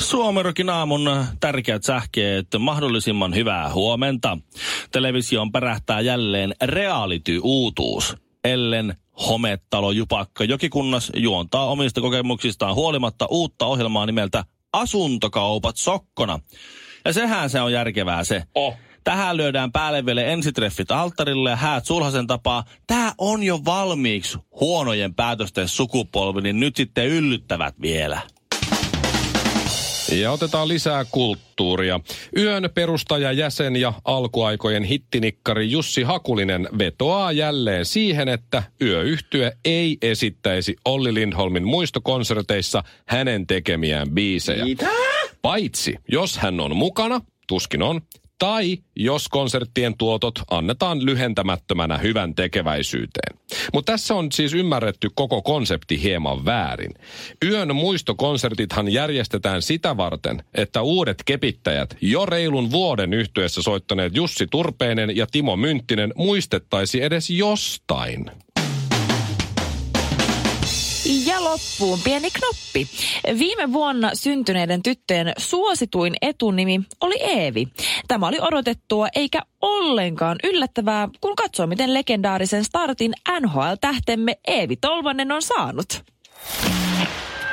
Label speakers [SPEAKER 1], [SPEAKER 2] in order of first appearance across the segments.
[SPEAKER 1] Suomerokin aamun tärkeät sähkeet. Mahdollisimman hyvää huomenta. Televisioon pärähtää jälleen reality-uutuus. Ellen hometalo Jupakka Jokikunnas juontaa omista kokemuksistaan huolimatta uutta ohjelmaa nimeltä Asuntokaupat sokkona. Ja sehän se on järkevää se.
[SPEAKER 2] Oh.
[SPEAKER 1] Tähän lyödään päälle vielä ensitreffit alttarille ja häät sulhasen tapaa. Tää on jo valmiiksi huonojen päätösten sukupolvi, niin nyt sitten yllyttävät vielä.
[SPEAKER 2] Ja otetaan lisää kulttuuria. Yön perustaja, jäsen ja alkuaikojen hittinikkari Jussi Hakulinen vetoaa jälleen siihen, että yöyhtye ei esittäisi Olli Lindholmin muistokonserteissa hänen tekemiään biisejä. Mitä? Paitsi jos hän on mukana, tuskin on, tai jos konserttien tuotot annetaan lyhentämättömänä hyvän tekeväisyyteen. Mutta tässä on siis ymmärretty koko konsepti hieman väärin. Yön muistokonsertithan järjestetään sitä varten, että uudet kepittäjät, jo reilun vuoden yhtyessä soittaneet Jussi Turpeinen ja Timo Mynttinen muistettaisi edes jostain.
[SPEAKER 3] Ja loppuun pieni knoppi. Viime vuonna syntyneiden tyttöjen suosituin etunimi oli Eevi. Tämä oli odotettua eikä ollenkaan yllättävää, kun katsoo miten legendaarisen startin NHL-tähtemme Eevi Tolvanen on saanut.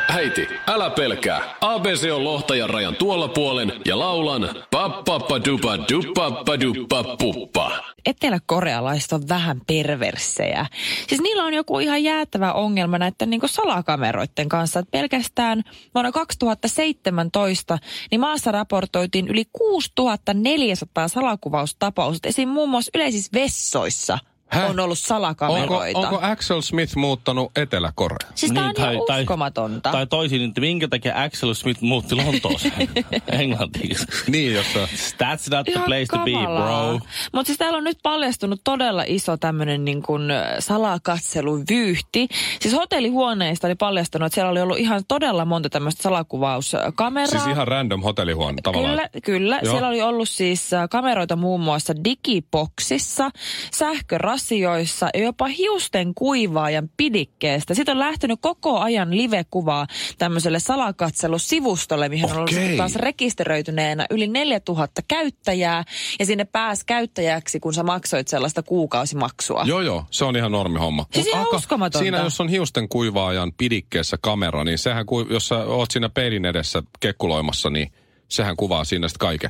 [SPEAKER 4] Äiti, älä pelkää. ABC on lohtajan rajan tuolla puolen ja laulan pappappadupa dupapaduppa puppa.
[SPEAKER 3] Etelä-korealaiset on vähän perversejä. Siis niillä on joku ihan jäätävä ongelma näiden niin salakameroiden kanssa. Et pelkästään vuonna 2017 niin maassa raportoitiin yli 6400 salakuvaustapaus. Esim. muun muassa yleisissä vessoissa
[SPEAKER 2] Häh?
[SPEAKER 3] on ollut
[SPEAKER 2] Onko,
[SPEAKER 3] salakameroita.
[SPEAKER 2] onko Axel Smith muuttanut Etelä-Koreaan?
[SPEAKER 3] Siis tää on ihan uskomatonta.
[SPEAKER 1] Niin, Tai, tai toisin, että minkä takia Axel Smith muutti Lontooseen englantiksi.
[SPEAKER 2] Niin, jos sä-
[SPEAKER 1] That's not the place to be, bro.
[SPEAKER 3] Mutta siis täällä on nyt paljastunut todella iso tämmöinen niin kuin salakatseluvyyhti. Siis hotellihuoneista oli paljastunut, että siellä oli ollut ihan todella monta tämmöistä salakuvauskameraa.
[SPEAKER 2] Siis ihan random hotellihuone tavallaan.
[SPEAKER 3] Kyllä, kyllä.
[SPEAKER 2] Joo.
[SPEAKER 3] Joo. Siellä oli ollut siis äh, kameroita muun muassa digiboksissa, sähkörasioissa ja jopa hiusten kuivaajan pidikkeestä. Sitten on lähtenyt koko ajan livekuvaa tämmöiselle salakatselusivustolle, mihin on ollut
[SPEAKER 2] Okei.
[SPEAKER 3] sitten taas rekisteröityneenä yli 4000 käyttäjää. Ja sinne pääsi käyttäjäksi, kun sä maksoit sellaista kuukausimaksua.
[SPEAKER 2] Joo, joo, se on ihan normihomma.
[SPEAKER 3] Siis
[SPEAKER 2] Mut
[SPEAKER 3] ihan
[SPEAKER 2] Aka,
[SPEAKER 3] uskomatonta.
[SPEAKER 2] Siinä, jos on hiusten kuivaajan pidikkeessä kamera, niin sehän, kui- jos sä oot siinä peilin edessä kekkuloimassa, niin sehän kuvaa siinä sitten kaiken.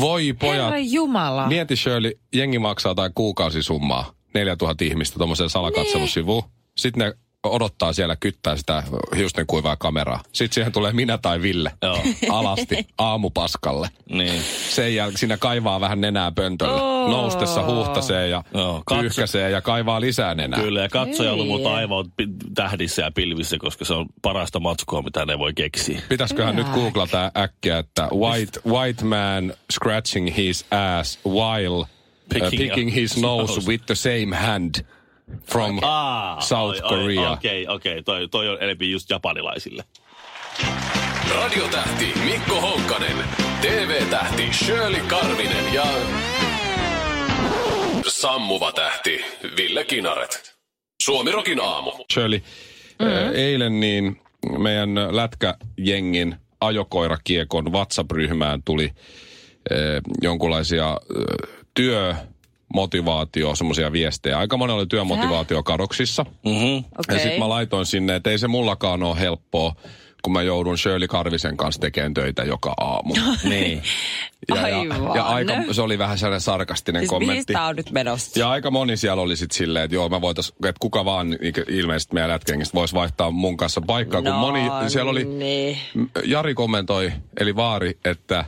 [SPEAKER 2] Voi pojat,
[SPEAKER 3] Herra Jumala.
[SPEAKER 2] mieti Shirley, jengi maksaa tai kuukausisummaa, 4000 ihmistä tuommoiseen salakatselusivuun.
[SPEAKER 3] Niin.
[SPEAKER 2] Sitten ne odottaa siellä kyttää sitä hiusten kuivaa kameraa. Sitten siihen tulee minä tai Ville
[SPEAKER 1] Joo.
[SPEAKER 2] alasti aamupaskalle.
[SPEAKER 1] Niin.
[SPEAKER 2] Sen jälkeen siinä kaivaa vähän nenää pöntöllä.
[SPEAKER 3] Oo.
[SPEAKER 2] Noustessa huuhtasee ja
[SPEAKER 1] Joo, katso-
[SPEAKER 2] pyyhkäsee ja kaivaa lisää nenää.
[SPEAKER 1] Kyllä, ja katsojaluvut
[SPEAKER 3] Hyi.
[SPEAKER 1] aivan on pi- tähdissä ja pilvissä, koska se on parasta matskua, mitä ne voi keksiä.
[SPEAKER 2] Pitäisiköhän nyt googlata äkkiä, että white, white man scratching his ass while picking,
[SPEAKER 1] Picking
[SPEAKER 2] uh, picking
[SPEAKER 1] up
[SPEAKER 2] his
[SPEAKER 1] his
[SPEAKER 2] nose,
[SPEAKER 1] nose.
[SPEAKER 2] with the same hand from
[SPEAKER 1] Aa,
[SPEAKER 2] South
[SPEAKER 1] oi, oi,
[SPEAKER 2] Korea.
[SPEAKER 1] Okei, okei, toi, toi on enempi just japanilaisille.
[SPEAKER 4] Radiotähti Mikko Honkanen, TV-tähti Shirley Karvinen ja sammuva tähti Ville Kinaret. Suomirokin aamu.
[SPEAKER 2] Shirley, mm-hmm. eilen niin meidän lätkäjengin ajokoirakiekon WhatsApp-ryhmään tuli eh, jonkunlaisia eh, työmotivaatio, semmoisia viestejä. Aika moni oli työmotivaatio kadoksissa.
[SPEAKER 1] Mm-hmm.
[SPEAKER 3] Okei.
[SPEAKER 2] Ja sitten mä laitoin sinne, että ei se mullakaan ole helppoa, kun mä joudun Shirley Karvisen kanssa tekemään töitä joka aamu.
[SPEAKER 1] Niin.
[SPEAKER 2] Ja, ja, ja
[SPEAKER 3] Aivan.
[SPEAKER 2] aika, se oli vähän sellainen sarkastinen
[SPEAKER 3] Siis mihin
[SPEAKER 2] kommentti.
[SPEAKER 3] tää on nyt menossa?
[SPEAKER 2] Ja aika moni siellä oli sitten silleen, että joo, mä voitais, että kuka vaan niinku ilmeisesti meidän lätkengistä voisi vaihtaa mun kanssa
[SPEAKER 3] No,
[SPEAKER 2] paikkaa, kun moni, siellä oli,
[SPEAKER 3] niin.
[SPEAKER 2] Jari kommentoi, eli Vaari, että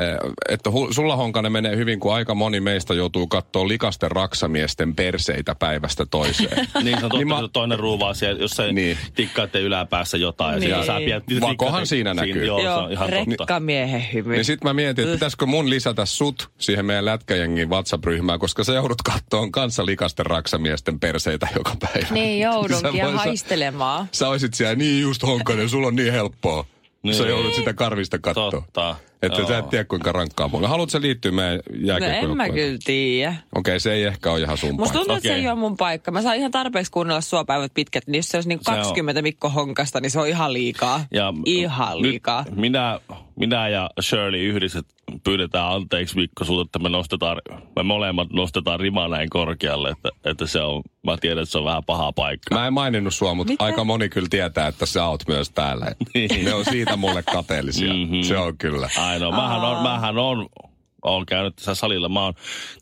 [SPEAKER 2] Eh, Että hu- sulla Honkanen menee hyvin, kun aika moni meistä joutuu katsoa likasten raksamiesten perseitä päivästä toiseen.
[SPEAKER 1] Niin se on totta,
[SPEAKER 2] Niin mä-
[SPEAKER 1] niin toinen ruuvaa siellä, jos sä
[SPEAKER 2] Niin.
[SPEAKER 1] niin. tikkaatte yläpäässä jotain. Niin. Ja
[SPEAKER 3] Niin.
[SPEAKER 1] sä pidät,
[SPEAKER 2] Vakohan siinä näkyy.
[SPEAKER 1] Joo, se on ihan totta.
[SPEAKER 3] rekkamiehen hymy.
[SPEAKER 2] Niin sit mä mietin, että pitäisikö mun lisätä sut siihen meidän lätkäjengin WhatsApp-ryhmään, koska sä joudut kattoon kanssa likasten raksamiesten perseitä joka päivä.
[SPEAKER 3] Niin, joudunkin ja
[SPEAKER 2] Sä voi- sä-
[SPEAKER 3] haistelemaan.
[SPEAKER 2] Sä oisit siellä niin just honkainen, sulla on niin helppoa. Niin.
[SPEAKER 1] Niin.
[SPEAKER 2] Sä joudut sitä karvista kattoa.
[SPEAKER 1] Totta.
[SPEAKER 2] Että sä et
[SPEAKER 1] Joo.
[SPEAKER 2] tiedä kuinka rankkaa mulla. Haluatko sä liittyä meidän
[SPEAKER 3] No
[SPEAKER 2] jääkiekkoiluun?
[SPEAKER 3] en mä kyllä tiedä.
[SPEAKER 2] Okei, se ei ehkä ole ihan sun
[SPEAKER 3] Musta
[SPEAKER 2] paikka.
[SPEAKER 3] tuntuu, että se
[SPEAKER 1] Okei.
[SPEAKER 3] ei ole mun paikka. Mä saan ihan tarpeeksi kuunnella sua päivät pitkät, niin jos se olisi niin
[SPEAKER 1] Se on.
[SPEAKER 3] 20 Mikko Honkasta, niin se on ihan liikaa.
[SPEAKER 1] Ja
[SPEAKER 3] ihan
[SPEAKER 1] nyt
[SPEAKER 3] liikaa.
[SPEAKER 1] Minä, minä ja Shirley yhdessä pyydetään anteeksi Mikko sulta, että me nostetaan, me molemmat nostetaan rimaa näin korkealle, että, että se on, mä tiedän, että se on vähän paha paikka.
[SPEAKER 2] Mä en maininnut sua, mutta
[SPEAKER 3] Mitä?
[SPEAKER 2] aika moni kyllä tietää, että sä oot myös täällä.
[SPEAKER 1] Niin.
[SPEAKER 2] Ne on siitä mulle kateellisia.
[SPEAKER 1] Mhm.
[SPEAKER 2] Se on kyllä.
[SPEAKER 1] Ainoa, mähän on, mähän on, on käynyt tässä salilla. Mä oon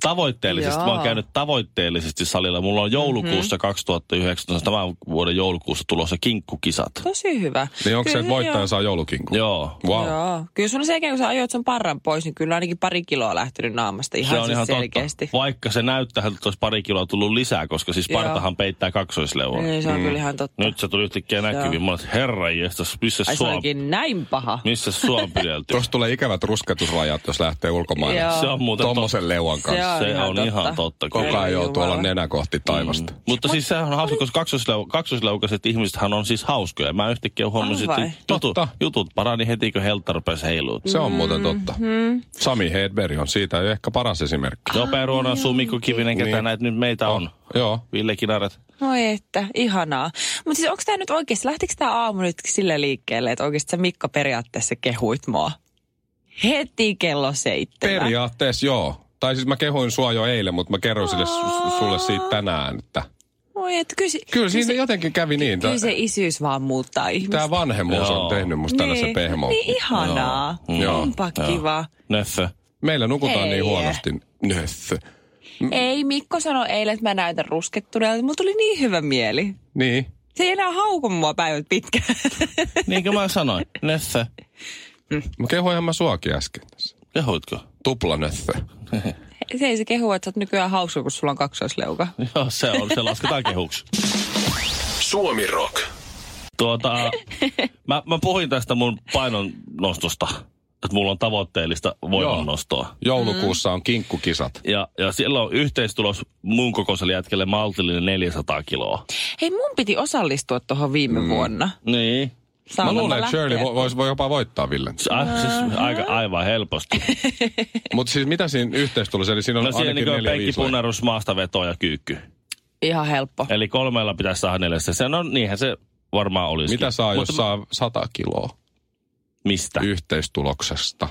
[SPEAKER 1] tavoitteellisesti, Joo. mä oon
[SPEAKER 3] Joo. Mhm.
[SPEAKER 1] käynyt tavoitteellisesti salilla. Mulla on joulukuussa mm-hmm. 2019, tämän vuoden joulukuussa tulossa kinkkukisat.
[SPEAKER 3] Tosi hyvä.
[SPEAKER 2] Niin onko
[SPEAKER 3] Kyllä
[SPEAKER 2] se, että voittaja
[SPEAKER 3] joo.
[SPEAKER 2] saa joulukinkun?
[SPEAKER 1] Joo.
[SPEAKER 2] Wow.
[SPEAKER 3] Joo. Kyllä sun sen jälkeen, kun sä ajoit sen parran pois, niin kyllä ainakin pari kiloa lähtenyt naamasta ihan,
[SPEAKER 1] se on
[SPEAKER 3] siis
[SPEAKER 1] ihan
[SPEAKER 3] selkeästi.
[SPEAKER 1] totta. Vaikka se näyttää, että olisi pari kiloa tullut lisää, koska siis
[SPEAKER 3] Joo.
[SPEAKER 1] partahan peittää kaksoisleuan.
[SPEAKER 3] Niin, se on kyllä ihan totta.
[SPEAKER 1] Mm. Nyt se tuli yhtäkkiä näkyviin. Mä olin, että herra jestas, missä
[SPEAKER 3] Ai se
[SPEAKER 1] sua,
[SPEAKER 3] olikin näin paha.
[SPEAKER 1] missä sua on pidelty?
[SPEAKER 2] Tuossa tulee ikävät rusketusrajat, jos lähtee ulkomaille.
[SPEAKER 3] Joo.
[SPEAKER 1] se on muuten
[SPEAKER 2] Tommosen leuan
[SPEAKER 3] Se
[SPEAKER 2] kanssa.
[SPEAKER 3] on
[SPEAKER 1] se
[SPEAKER 3] ihan
[SPEAKER 1] on
[SPEAKER 3] totta.
[SPEAKER 1] ihan totta.
[SPEAKER 2] Koko
[SPEAKER 3] Herra
[SPEAKER 2] ajan joutuu olla
[SPEAKER 3] Jumala.
[SPEAKER 2] nenä kohti taivasta.
[SPEAKER 1] Mutta siis sehän on hauska, koska kaksoisleu- kaksoisleukaset ihmisethän on siis hauskoja. Mä yhtäkkiä huomasin,
[SPEAKER 3] On vai?
[SPEAKER 1] että jutut,
[SPEAKER 2] Totta.
[SPEAKER 1] jutut parani heti, kun heltta rupesi heiluun.
[SPEAKER 2] Se on muuten totta.
[SPEAKER 3] Mm-hmm.
[SPEAKER 2] Sami Hedberg on siitä ehkä paras esimerkki.
[SPEAKER 3] Mm.
[SPEAKER 1] Nopea ruona asuu Mikko Kivinen, ketä
[SPEAKER 2] Niin.
[SPEAKER 1] näitä nyt meitä on.
[SPEAKER 2] Joo.
[SPEAKER 1] Ville Kinaret.
[SPEAKER 3] Voi että, ihanaa. Mutta siis onko tämä nyt oikeasti, lähtikö tämä aamu nyt sille liikkeelle, että oikeasti sä Mikko periaatteessa kehuit mua? Heti kello seitsemän.
[SPEAKER 2] Periaatteessa joo. Tai siis mä kehoin sua jo eilen, mutta mä kerroin sille su- sulle siitä tänään, että...
[SPEAKER 3] Voi että, kyllä, se,
[SPEAKER 2] Kyllä siinä jotenkin kävi niin.
[SPEAKER 3] kyllä se isyys vaan muuttaa ihmistä.
[SPEAKER 2] Tämä vanhemmuus
[SPEAKER 1] Joo.
[SPEAKER 2] on tehnyt musta tällaisen pehmon.
[SPEAKER 3] Niin ihanaa.
[SPEAKER 2] Joo.
[SPEAKER 3] Joo. Onpa Joo. kiva.
[SPEAKER 1] Nöffö.
[SPEAKER 2] Meillä nukutaan
[SPEAKER 3] Ei.
[SPEAKER 2] niin huonosti. Nössö.
[SPEAKER 3] Ei, Mikko sanoi eilen, että mä näytän ruskettuneelta. Mulla tuli niin hyvä mieli.
[SPEAKER 2] Niin.
[SPEAKER 3] Se ei enää hauku mua päivät pitkään.
[SPEAKER 1] Niin kuin mä sanoin. Nöffö.
[SPEAKER 2] Mä kehoinhan mä suakin äsken.
[SPEAKER 1] Kehuitko?
[SPEAKER 2] Tuplanössö.
[SPEAKER 3] se ei se kehu, että sä oot nykyään hauska, kun sulla on kaksoisleuka.
[SPEAKER 1] Joo, se on. Se lasketaan kehuksi.
[SPEAKER 4] Suomi Rock.
[SPEAKER 1] Tuota, mä, mä puhuin tästä mun painon nostosta, että mulla on tavoitteellista voimannostoa.
[SPEAKER 3] Mm.
[SPEAKER 2] Joulukuussa on kinkkukisat.
[SPEAKER 1] Ja, ja siellä on yhteistulos mun kokoiselle jätkelle maltillinen 400 kiloa.
[SPEAKER 3] Hei, mun piti osallistua tuohon viime mm. vuonna.
[SPEAKER 1] Niin.
[SPEAKER 2] Mä
[SPEAKER 3] Saanko
[SPEAKER 2] luulen, että
[SPEAKER 3] lähteä?
[SPEAKER 2] Shirley voi, vois- voi jopa voittaa Villen.
[SPEAKER 1] Se, a, siis aika, aivan helposti.
[SPEAKER 2] Mutta siis mitä siinä yhteistulossa? Eli siinä on
[SPEAKER 1] No siellä
[SPEAKER 2] ainakin
[SPEAKER 1] niin on
[SPEAKER 2] neljä
[SPEAKER 1] penkki,
[SPEAKER 2] viisi lajia.
[SPEAKER 1] punnerus, maastaveto ja kyykky.
[SPEAKER 3] Ihan helppo.
[SPEAKER 1] Eli kolmella pitäisi saada neljästä. Se, no niinhän se varmaan olisi.
[SPEAKER 2] Mitä saa, jos saa 100 kiloa
[SPEAKER 1] Mistä? No,
[SPEAKER 2] yhteistuloksesta?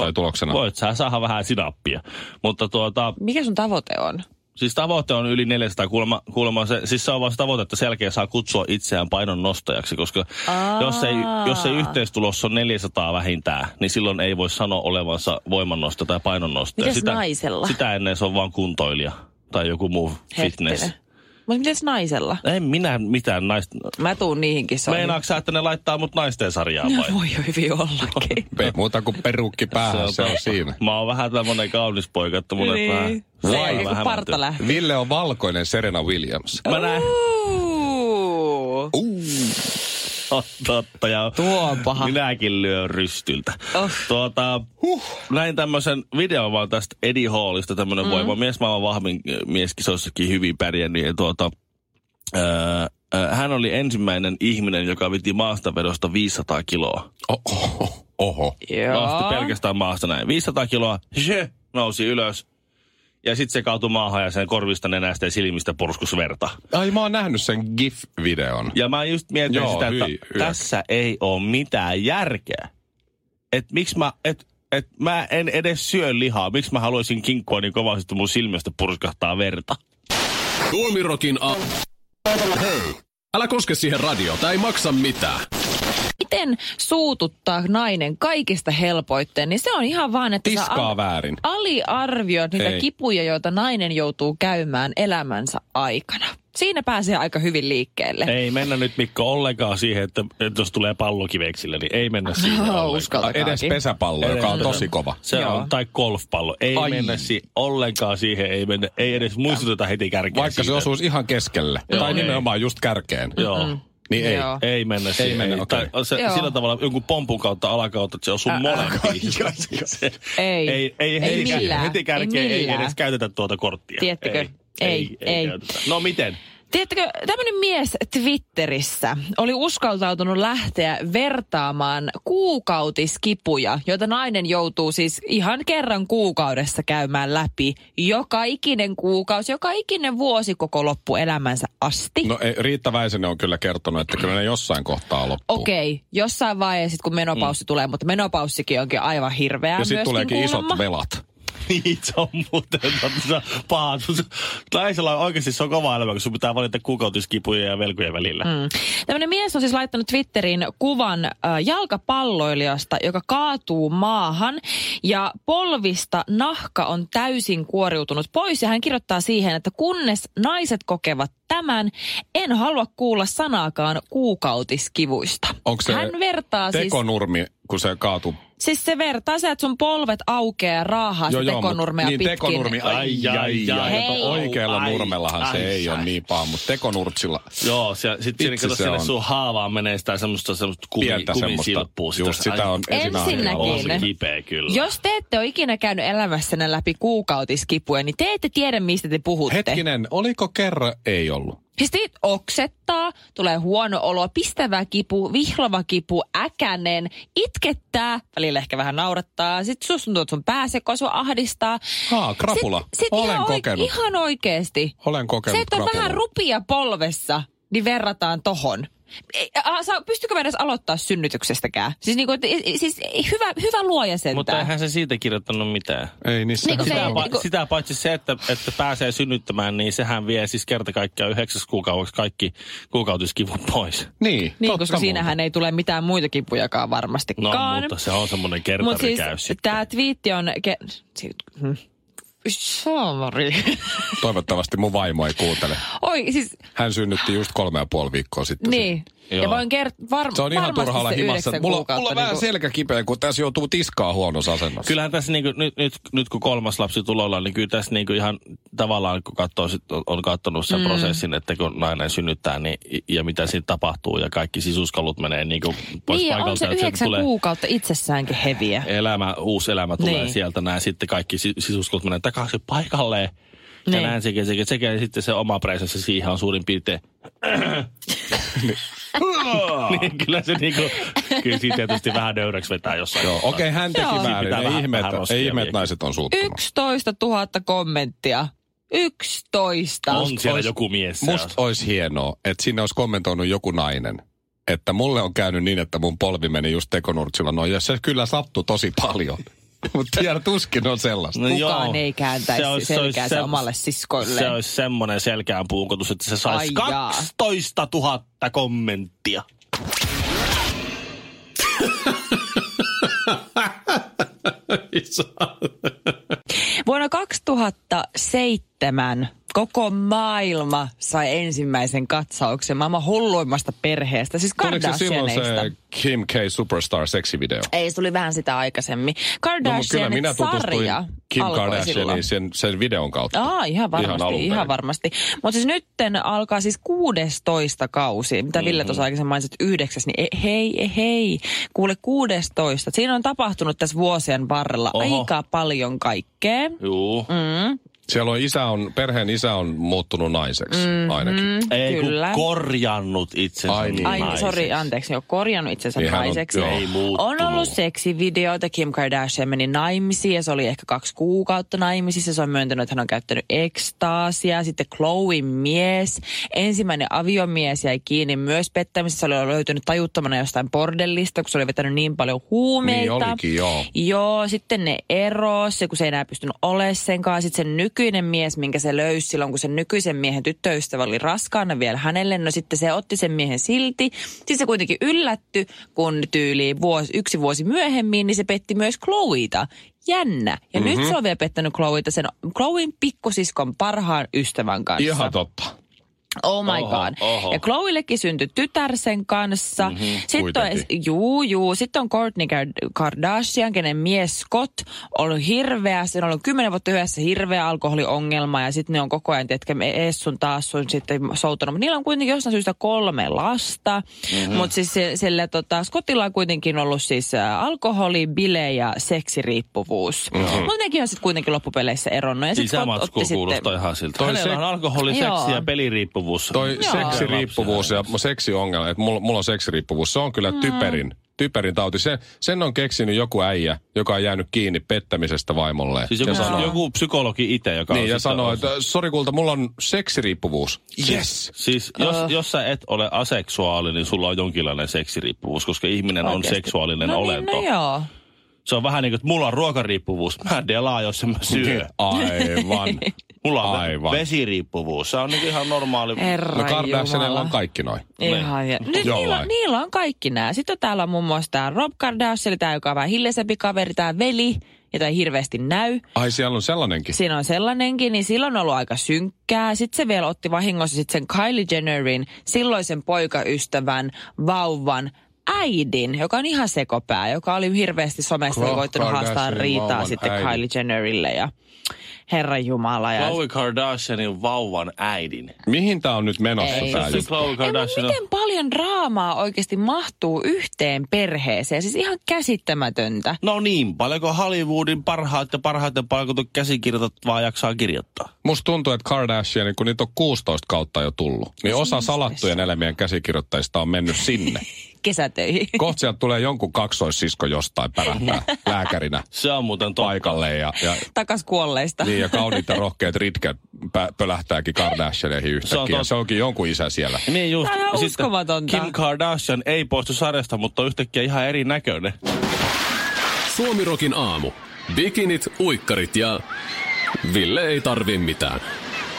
[SPEAKER 2] tai tuloksena?
[SPEAKER 1] Voit sä saada vähän sinappia. Mutta tuota,
[SPEAKER 3] Mikä sun tavoite on?
[SPEAKER 1] siis tavoite on yli 400 kuulemma, kuulemma se, siis se on vaan se tavoite, että selkeä saa kutsua itseään painon nostajaksi, koska
[SPEAKER 3] Aa.
[SPEAKER 1] jos ei, jos ei yhteistulossa on 400 vähintään, niin silloin ei voi sanoa olevansa voimannosta tai painonnostaja.
[SPEAKER 3] Mites naisella?
[SPEAKER 1] Sitä ennen se on vaan kuntoilija tai joku muu fitness.
[SPEAKER 3] Mutta miten naisella?
[SPEAKER 1] En minä mitään naista...
[SPEAKER 3] Mä tuun niihinkin soihin.
[SPEAKER 1] Meinaatko sä, että ne laittaa mut naisten sarjaan vai?
[SPEAKER 3] No Voi jo hyvin ollakin.
[SPEAKER 2] Ei muuta kuin perukki päähän, se on
[SPEAKER 1] totta.
[SPEAKER 2] siinä.
[SPEAKER 1] Mä oon vähän tämmönen kaunis poika, että mun
[SPEAKER 3] Niin.
[SPEAKER 1] niin. vähän...
[SPEAKER 3] Se
[SPEAKER 1] vähän
[SPEAKER 3] ei kun
[SPEAKER 1] hämärtyy.
[SPEAKER 3] parta lähtee.
[SPEAKER 2] Ville on valkoinen Serena Williams.
[SPEAKER 1] Mä näen,
[SPEAKER 3] Uu.
[SPEAKER 1] on totta. Ja
[SPEAKER 3] Tuo on paha.
[SPEAKER 1] Minäkin lyön rystyltä.
[SPEAKER 3] Oh.
[SPEAKER 1] Tuota, huh. Näin tämmöisen videon vaan tästä Eddie Hallista, tämmönen mm.
[SPEAKER 3] Mm-hmm.
[SPEAKER 1] voimamies. Mä oon vahvin äh, mies kisossakin hyvin pärjännyt. Ja tuota, öö, öö, hän oli ensimmäinen ihminen, joka viti maastavedosta 500 kiloa.
[SPEAKER 2] Oho. Oho.
[SPEAKER 3] Joo.
[SPEAKER 1] Nosti pelkästään maasta näin. 500 kiloa, je, nousi ylös. Ja sitten se kaatui maahan ja sen korvista, nenästä ja silmistä purskus verta.
[SPEAKER 2] Ai mä oon nähnyt sen GIF-videon.
[SPEAKER 1] Ja mä just mietin
[SPEAKER 2] Joo,
[SPEAKER 1] Joo, sitä, että
[SPEAKER 2] hyi, yök.
[SPEAKER 1] tässä ei ole mitään järkeä. Et miksi mä, et, et mä en edes syö lihaa. Miksi mä haluaisin kinkkua niin kovasti, että mun silmistä purskahtaa verta?
[SPEAKER 4] Suomi Rockin a... Hei, älä koske siihen radio, tai ei maksa mitään.
[SPEAKER 3] miten suututtaa nainen kaikista helpoiten, niin se on ihan vaan, että sä
[SPEAKER 2] Tiskaa väärin.
[SPEAKER 3] aliarvioit niitä
[SPEAKER 2] Ei.
[SPEAKER 3] kipuja, joita nainen joutuu käymään elämänsä aikana. Siinä pääsee aika hyvin liikkeelle.
[SPEAKER 1] Ei mennä nyt Mikko ollenkaan siihen, että, että jos tulee pallokiveksille, niin ei mennä siihen
[SPEAKER 3] No,
[SPEAKER 1] ollenkaan.
[SPEAKER 3] uskaltakaakin.
[SPEAKER 2] Edes pesäpallo, joka on tosi kova.
[SPEAKER 1] Se
[SPEAKER 3] Joo.
[SPEAKER 1] on, tai golfpallo. Ei
[SPEAKER 2] Ai.
[SPEAKER 1] Ai. mennä si- ollenkaan siihen, ei, mennä, ei edes muistuteta heti kärkeä
[SPEAKER 2] Vaikka se
[SPEAKER 1] siitä.
[SPEAKER 2] osuisi ihan keskelle.
[SPEAKER 1] Joo,
[SPEAKER 2] tai
[SPEAKER 1] ei.
[SPEAKER 2] nimenomaan just kärkeen.
[SPEAKER 1] Joo.
[SPEAKER 2] Niin ei.
[SPEAKER 3] Mm. Joo.
[SPEAKER 1] Ei mennä siihen.
[SPEAKER 2] mennä, okei.
[SPEAKER 1] tai se,
[SPEAKER 3] Joo.
[SPEAKER 1] sillä tavalla jonkun pompun kautta alakautta, että se osuu
[SPEAKER 3] Ä- ä-
[SPEAKER 1] molempiin. Se-
[SPEAKER 3] Ei.
[SPEAKER 1] ei, ei,
[SPEAKER 3] Ei
[SPEAKER 1] heti,
[SPEAKER 3] millään.
[SPEAKER 1] kär- heti kärkeen
[SPEAKER 3] Ei
[SPEAKER 1] ei,
[SPEAKER 3] millään.
[SPEAKER 1] edes käytetä tuota korttia.
[SPEAKER 3] Tiedättekö?
[SPEAKER 1] Ei,
[SPEAKER 3] Ei,
[SPEAKER 1] ei,
[SPEAKER 3] ei.
[SPEAKER 1] käytetä. No miten?
[SPEAKER 3] Tiedättekö, tämmöinen mies Twitterissä oli uskaltautunut lähteä vertaamaan kuukautiskipuja, joita nainen joutuu siis ihan kerran kuukaudessa käymään läpi. Joka ikinen kuukausi, joka ikinen vuosi koko loppuelämänsä asti.
[SPEAKER 2] No ei, Riitta Väisänen on kyllä kertonut, että kyllä ne jossain kohtaa loppuu.
[SPEAKER 3] Okei, okay, jossain vaiheessa, sit kun menopaussi mm. tulee, mutta menopaussikin onkin aivan hirveää
[SPEAKER 2] Ja sitten
[SPEAKER 3] myöskin
[SPEAKER 2] tuleekin isot
[SPEAKER 3] kuulemma.
[SPEAKER 2] velat.
[SPEAKER 1] Niin, se on muuten totta, paha. Naisella on oikeasti se on kova elämä, kun sun pitää valita kuukautiskipuja ja velkojen välillä. Mm.
[SPEAKER 3] Tämmöinen mies on siis laittanut Twitteriin kuvan äh, jalkapalloilijasta, joka kaatuu maahan ja polvista nahka on täysin kuoriutunut pois ja hän kirjoittaa siihen, että kunnes naiset kokevat tämän, en halua kuulla sanaakaan kuukautiskivuista.
[SPEAKER 2] Onko se
[SPEAKER 3] hän vertaa siis,
[SPEAKER 2] Tekonurmi, kun se kaatuu.
[SPEAKER 3] siis se vertaa se, että sun polvet aukeaa ja raahaa sitä tekonurmea
[SPEAKER 2] mut- niin,
[SPEAKER 3] pitkin.
[SPEAKER 2] tekonurmi, ai, ai, ai, ai,
[SPEAKER 3] Hei.
[SPEAKER 2] ai oikealla
[SPEAKER 1] Ai,
[SPEAKER 2] nurmellahan ai, se
[SPEAKER 1] ai,
[SPEAKER 2] ei ai. ole
[SPEAKER 1] ai.
[SPEAKER 2] niin paha, mutta tekonurtsilla.
[SPEAKER 1] Joo, se, sit siinä,
[SPEAKER 2] Vitsi,
[SPEAKER 1] kato,
[SPEAKER 2] se
[SPEAKER 1] sinne
[SPEAKER 2] on.
[SPEAKER 1] sun haavaan menee sitä semmoista, semmoista kumi,
[SPEAKER 2] Pientä
[SPEAKER 1] kumisilppua.
[SPEAKER 2] semmoista. Just sitä on
[SPEAKER 1] Ai,
[SPEAKER 3] Ensinnäkin.
[SPEAKER 1] On se kipeä kyllä.
[SPEAKER 3] Jos te ette ole ikinä käynyt elämässänne läpi kuukautiskipuja, niin te ette tiedä, mistä te puhutte.
[SPEAKER 2] Hetkinen, oliko kerran? Ei ollut.
[SPEAKER 3] Siis niitä oksettaa, tulee huono olo, pistävä kipu, vihlava kipu, äkänen, itkettää, välillä ehkä vähän naurattaa, sit sus tuntuu, että sun pääsekko sua ahdistaa.
[SPEAKER 2] Haa, krapula.
[SPEAKER 3] Sit, sit
[SPEAKER 2] Olen
[SPEAKER 3] ihan, oike-
[SPEAKER 2] kokenut.
[SPEAKER 3] ihan oikeesti.
[SPEAKER 2] Olen kokenut
[SPEAKER 3] Se, että on
[SPEAKER 2] krapulaa.
[SPEAKER 3] vähän rupia polvessa, niin verrataan tohon. Ei, aa, saa- Pystykö me edes aloittaa synnytyksestäkään? Siis, niinku, et- i- siis hyvä, hyvä luoja sentään.
[SPEAKER 1] Mutta eihän se siitä kirjoittanut mitään.
[SPEAKER 2] Ei niissä.
[SPEAKER 3] Niin kuin
[SPEAKER 1] No Sitä,
[SPEAKER 3] Se-
[SPEAKER 1] pa-
[SPEAKER 3] niinku-
[SPEAKER 1] sitä paitsi se, että, että pääsee synnyttämään, niin sehän vie siis kerta kaikkiaan yhdeksäs kuukaudeksi kaikki kuukautiskivut pois.
[SPEAKER 2] Niin,
[SPEAKER 3] Niin,
[SPEAKER 2] totta
[SPEAKER 3] koska siinähän
[SPEAKER 2] muuten.
[SPEAKER 3] ei tule mitään muita kipujakaan varmastikaan.
[SPEAKER 1] No, mutta se on semmoinen
[SPEAKER 3] Mut siis
[SPEAKER 1] kertarykäys. sitten.
[SPEAKER 3] tämä twiitti on... Ke- si- hmm. Sorry.
[SPEAKER 2] Toivottavasti mun vaimo ei kuuntele.
[SPEAKER 3] Oi, siis...
[SPEAKER 2] Hän synnytti just kolme ja puoli viikkoa sitten.
[SPEAKER 3] Niin.
[SPEAKER 1] Joo.
[SPEAKER 3] Ja voin kertoa var-
[SPEAKER 2] Se on ihan
[SPEAKER 3] varmasti
[SPEAKER 2] turha olla
[SPEAKER 3] se
[SPEAKER 2] himassa.
[SPEAKER 3] yhdeksän
[SPEAKER 2] Mulla,
[SPEAKER 3] kuukautta
[SPEAKER 2] mulla on vähän
[SPEAKER 3] niinku-
[SPEAKER 2] selkä kipeä, kun tässä joutuu tiskaa huonossa asennossa.
[SPEAKER 1] Kyllähän tässä niinku, nyt, nyt, nyt kun kolmas lapsi tulolla, niin kyllä tässä niinku ihan tavallaan kun katsoo, sit on, on katsonut sen mm. prosessin, että kun nainen synnyttää niin, ja mitä siitä tapahtuu ja kaikki sisuskalut menee niinku pois
[SPEAKER 3] Niin, ja
[SPEAKER 1] paikalta.
[SPEAKER 3] on se
[SPEAKER 1] että sieltä
[SPEAKER 3] yhdeksän
[SPEAKER 1] tulee
[SPEAKER 3] kuukautta itsessäänkin heviä.
[SPEAKER 1] elämä, uusi elämä tulee
[SPEAKER 3] Niin.
[SPEAKER 1] sieltä näin sitten kaikki si- sisuskalut menee takaisin paikalleen. Ja
[SPEAKER 3] Niin.
[SPEAKER 1] näin sekä, sekä, sekä ja sitten se oma presenssi siihen on suurin piirtein. niin, kyllä se niinku, kyllä siitä tietysti vähän nöyräksi vetää jossain.
[SPEAKER 2] Joo, okei, hän teki
[SPEAKER 3] Joo.
[SPEAKER 2] väärin.
[SPEAKER 1] Pitää
[SPEAKER 2] Ei
[SPEAKER 1] vähän-
[SPEAKER 2] ihme,
[SPEAKER 1] vähän
[SPEAKER 2] että-
[SPEAKER 1] roskia
[SPEAKER 2] ei ihme, että
[SPEAKER 1] vieläkin.
[SPEAKER 2] naiset on suuttunut.
[SPEAKER 3] 11 000 kommenttia. 11.
[SPEAKER 1] On siellä
[SPEAKER 2] Ois-
[SPEAKER 1] joku mies. se
[SPEAKER 2] Musta olisi hienoa, että sinne olisi kommentoinut joku nainen. Että mulle on käynyt niin, että mun polvi meni just tekonurtsilla noin. Ja se kyllä sattui tosi paljon. Mutta tiedä, tuskin on sellaista.
[SPEAKER 1] No
[SPEAKER 3] Kukaan
[SPEAKER 1] joo.
[SPEAKER 3] ei kääntäisi
[SPEAKER 1] olisi-
[SPEAKER 3] selkäänsä
[SPEAKER 1] se-
[SPEAKER 3] omalle siskoilleen.
[SPEAKER 1] Se olisi semmoinen selkään puukotus, että se saisi
[SPEAKER 3] Ai jaa.
[SPEAKER 1] 12 000 kommenttia.
[SPEAKER 3] Vuonna 2007 koko maailma sai ensimmäisen katsauksen maailman hulluimmasta perheestä, siis
[SPEAKER 2] Tuliko se silloin se
[SPEAKER 3] Kardashianeista.
[SPEAKER 2] Kim K. Superstar seksivideo?
[SPEAKER 3] Ei, se tuli vähän sitä
[SPEAKER 2] No,
[SPEAKER 3] aikaisemmin.
[SPEAKER 2] mut kyllä
[SPEAKER 3] Kardashianin
[SPEAKER 2] minä tutustuin
[SPEAKER 3] sarja
[SPEAKER 2] Kim
[SPEAKER 3] alkoi silloin.
[SPEAKER 2] Kardashianiin sen, sen videon kautta.
[SPEAKER 3] Aa, ihan varmasti,
[SPEAKER 2] alun
[SPEAKER 3] ihan,
[SPEAKER 2] perin.
[SPEAKER 3] ihan varmasti. Mutta siis nytten alkaa siis 16 kausi, mitä Ville
[SPEAKER 2] Mhm.
[SPEAKER 3] tuossa aikaisemmin mainitsit yhdeksäs, niin e- hei, e- hei, kuule 16. Siinä on tapahtunut tässä vuosien varrella
[SPEAKER 1] Oho.
[SPEAKER 3] aika paljon kaikkea.
[SPEAKER 1] Juu.
[SPEAKER 3] Mm,
[SPEAKER 2] Siellä on isä on, perheen isä on muuttunut naiseksi mm-hmm. ainakin.
[SPEAKER 3] Niin
[SPEAKER 1] Ei kun
[SPEAKER 3] kyllä.
[SPEAKER 1] korjannut itsensä
[SPEAKER 2] Ai niin.
[SPEAKER 3] Ai,
[SPEAKER 1] naiseksi.
[SPEAKER 3] sori, anteeksi, jo korjannut itsensä
[SPEAKER 2] Niin,
[SPEAKER 3] niin
[SPEAKER 2] hän on-
[SPEAKER 3] naiseksi.
[SPEAKER 2] joo.
[SPEAKER 1] Ei
[SPEAKER 3] on
[SPEAKER 1] muuttunut.
[SPEAKER 3] ollut seksivideoita, Kim Kardashian meni naimisiin ja se oli ehkä kaksi kuukautta naimisissa. Se on myöntänyt, että hän on käyttänyt ekstaasia. Sitten Chloe mies, ensimmäinen aviomies jäi kiinni myös pettämisessä. Se oli löytynyt tajuttomana jostain bordellista, kun se oli vetänyt niin paljon huumeita.
[SPEAKER 2] Niin olikin, joo.
[SPEAKER 3] Joo, sitten ne eros, se kun se ei enää pystynyt olemaan sen kanssa. Sitten sen nykyinen mies, minkä se löysi silloin, kun sen nykyisen miehen tyttöystävä oli raskaana vielä hänelle. No sitten se otti sen miehen silti. Siis se kuitenkin yllätty, kun tyyli vuosi, yksi vuosi myöhemmin, niin se petti myös Chloeita. Jännä. Ja mm-hmm. nyt se on vielä pettänyt Chloeita sen Chloen pikkusiskon parhaan ystävän kanssa.
[SPEAKER 2] Ihan totta.
[SPEAKER 3] Oh my
[SPEAKER 1] Oho,
[SPEAKER 3] god.
[SPEAKER 1] oho. Mhm,
[SPEAKER 3] Ja Chloillekin syntyi tytär sen kanssa. Mm-hmm, Sitten on,
[SPEAKER 2] kuitenkin.
[SPEAKER 3] juu, juu. Sitten on Kourtney Kar- Kardashian, kenen mies Scott on ollut hirveä. Se on ollut kymmenen vuotta yhdessä hirveä alkoholiongelma ja sitten ne on koko ajan, että ees sun taas sun sitten soutanut. Mutta niillä on kuitenkin jostain syystä kolme lasta.
[SPEAKER 1] Mhm.
[SPEAKER 3] Mm-hmm. Mutta siis se- sillä tota, Scottilla on kuitenkin ollut siis ä, alkoholi, bile ja seksiriippuvuus. Mm-hmm.
[SPEAKER 1] Mhm.
[SPEAKER 3] Mutta nekin on sitten kuitenkin loppupeleissä eronnut. Ja sit Scott
[SPEAKER 1] Isämatsku
[SPEAKER 3] otti
[SPEAKER 1] Siis kuulostaa
[SPEAKER 3] sitten-
[SPEAKER 1] ihan siltä.
[SPEAKER 2] Toi
[SPEAKER 1] Hänellä
[SPEAKER 2] se-
[SPEAKER 1] on alkoholi, seksi
[SPEAKER 3] Joo.
[SPEAKER 1] ja peliriippuvuus.
[SPEAKER 2] Toi
[SPEAKER 3] Joo.
[SPEAKER 2] seksiriippuvuus ja seksiongelma, että mulla, mulla on seksiriippuvuus, se on kyllä
[SPEAKER 3] Mm.
[SPEAKER 2] typerin, typerin tauti. Sen, sen on keksinyt joku äijä, joka on jäänyt kiinni pettämisestä vaimolleen.
[SPEAKER 1] Siis joku,
[SPEAKER 2] ja sanoo,
[SPEAKER 1] joku psykologi itse, joka
[SPEAKER 2] niin,
[SPEAKER 1] on
[SPEAKER 2] ja
[SPEAKER 1] sitten-
[SPEAKER 2] sanoo, että sori kulta, mulla on seksiriippuvuus. Yes.
[SPEAKER 1] Siis jos, uh. jos sä et ole aseksuaalinen, niin sulla on jonkinlainen seksiriippuvuus, koska ihminen
[SPEAKER 3] Oikeesti.
[SPEAKER 1] on seksuaalinen
[SPEAKER 3] no
[SPEAKER 1] olento.
[SPEAKER 3] Niin, no joo.
[SPEAKER 1] Se on vähän niin kuin, että mulla on ruokariippuvuus. Mä en delaa, jos en mä syö.
[SPEAKER 2] Aivan.
[SPEAKER 1] Mulla on
[SPEAKER 2] Niin, Aivan.
[SPEAKER 1] vesiriippuvuus. Se on niin ihan normaali.
[SPEAKER 3] Herra
[SPEAKER 2] No Kardashianilla on
[SPEAKER 3] Jumala.
[SPEAKER 2] kaikki noin.
[SPEAKER 3] Ihan, ja, Niin. nyt
[SPEAKER 2] Jollain.
[SPEAKER 3] niillä, niillä, on kaikki nämä. Sitten on täällä on muun muassa tämä Rob Kardashian, eli tämä joka on vähän hiljaisempi kaveri, tämä veli, jota ei hirveästi näy.
[SPEAKER 2] Ai siellä on sellainenkin.
[SPEAKER 3] Siinä on sellainenkin, niin sillä on ollut aika synkkää. Sitten se vielä otti vahingossa sitten sen Kylie Jennerin silloisen poikaystävän vauvan äidin, joka on ihan sekopää, joka oli hirveästi somessa
[SPEAKER 2] Khloe
[SPEAKER 3] koittanut haastaa
[SPEAKER 2] Kardashianin
[SPEAKER 3] riitaa
[SPEAKER 2] vauvan
[SPEAKER 3] sitten
[SPEAKER 2] äidin.
[SPEAKER 3] Kylie Jennerille ja Herra Jumala. Ja
[SPEAKER 1] Khloe Kardashianin vauvan äidin.
[SPEAKER 2] Mihin tää on nyt menossa
[SPEAKER 3] Ei.
[SPEAKER 2] tää
[SPEAKER 1] Se
[SPEAKER 2] juttu?
[SPEAKER 1] Khloe
[SPEAKER 3] Siis- Ei, mutta
[SPEAKER 1] Kardashian on
[SPEAKER 3] miten paljon draamaa oikeasti mahtuu yhteen perheeseen? Siis ihan käsittämätöntä.
[SPEAKER 1] No niin, paljonko Hollywoodin parhaat ja parhaiten palkatut käsikirjoitat vaan jaksaa kirjoittaa?
[SPEAKER 2] Musta tuntuu, että Kardashian, kun niitä on 16 kautta jo tullut, niin osa salattujen elämien käsikirjoittajista on mennyt sinne.
[SPEAKER 3] Kesätöihin.
[SPEAKER 2] Kohta sieltä tulee jonkun kaksoissisko jostain pärähtää lääkärinä
[SPEAKER 1] Se on muuten totta.
[SPEAKER 2] paikalle ja, ja,
[SPEAKER 3] Takas kuolleista.
[SPEAKER 2] niin, ja kauniit ja rohkeat ritkät pä, pölähtääkin Kardashianeihin yhtäkkiä.
[SPEAKER 1] totta.
[SPEAKER 2] Se onkin jonkun isä siellä.
[SPEAKER 1] Niin just.
[SPEAKER 3] Tää on ihan
[SPEAKER 1] Ja sitten
[SPEAKER 3] uskomatonta.
[SPEAKER 1] Kim Kardashian ei poistu sarjasta, mutta on yhtäkkiä ihan erinäköinen.
[SPEAKER 4] Suomirokin aamu. Bikinit, uikkarit ja Ville ei tarvi mitään.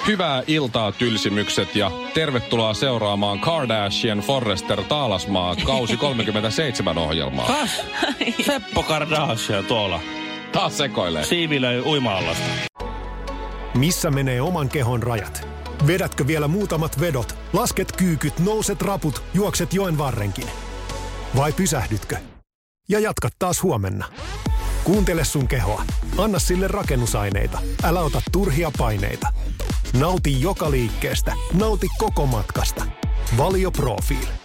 [SPEAKER 2] Hyvää iltaa tylsimykset ja tervetuloa seuraamaan Kardashian Forrester Taalasmaa kausi 37 ohjelmaa.
[SPEAKER 1] Kas, Seppo Kardashian tuolla.
[SPEAKER 2] Taas sekoilee.
[SPEAKER 1] Siivilöi uima-allasta.
[SPEAKER 5] Missä menee oman kehon rajat? Vedätkö vielä muutamat vedot? Lasket kyykyt, nouset raput, juokset joen varrenkin. Vai pysähdytkö? Ja jatka taas huomenna. Kuuntele sun kehoa. Anna sille rakennusaineita. Älä ota turhia paineita. Nauti joka liikkeestä. Nauti koko matkasta. Valio Profiili.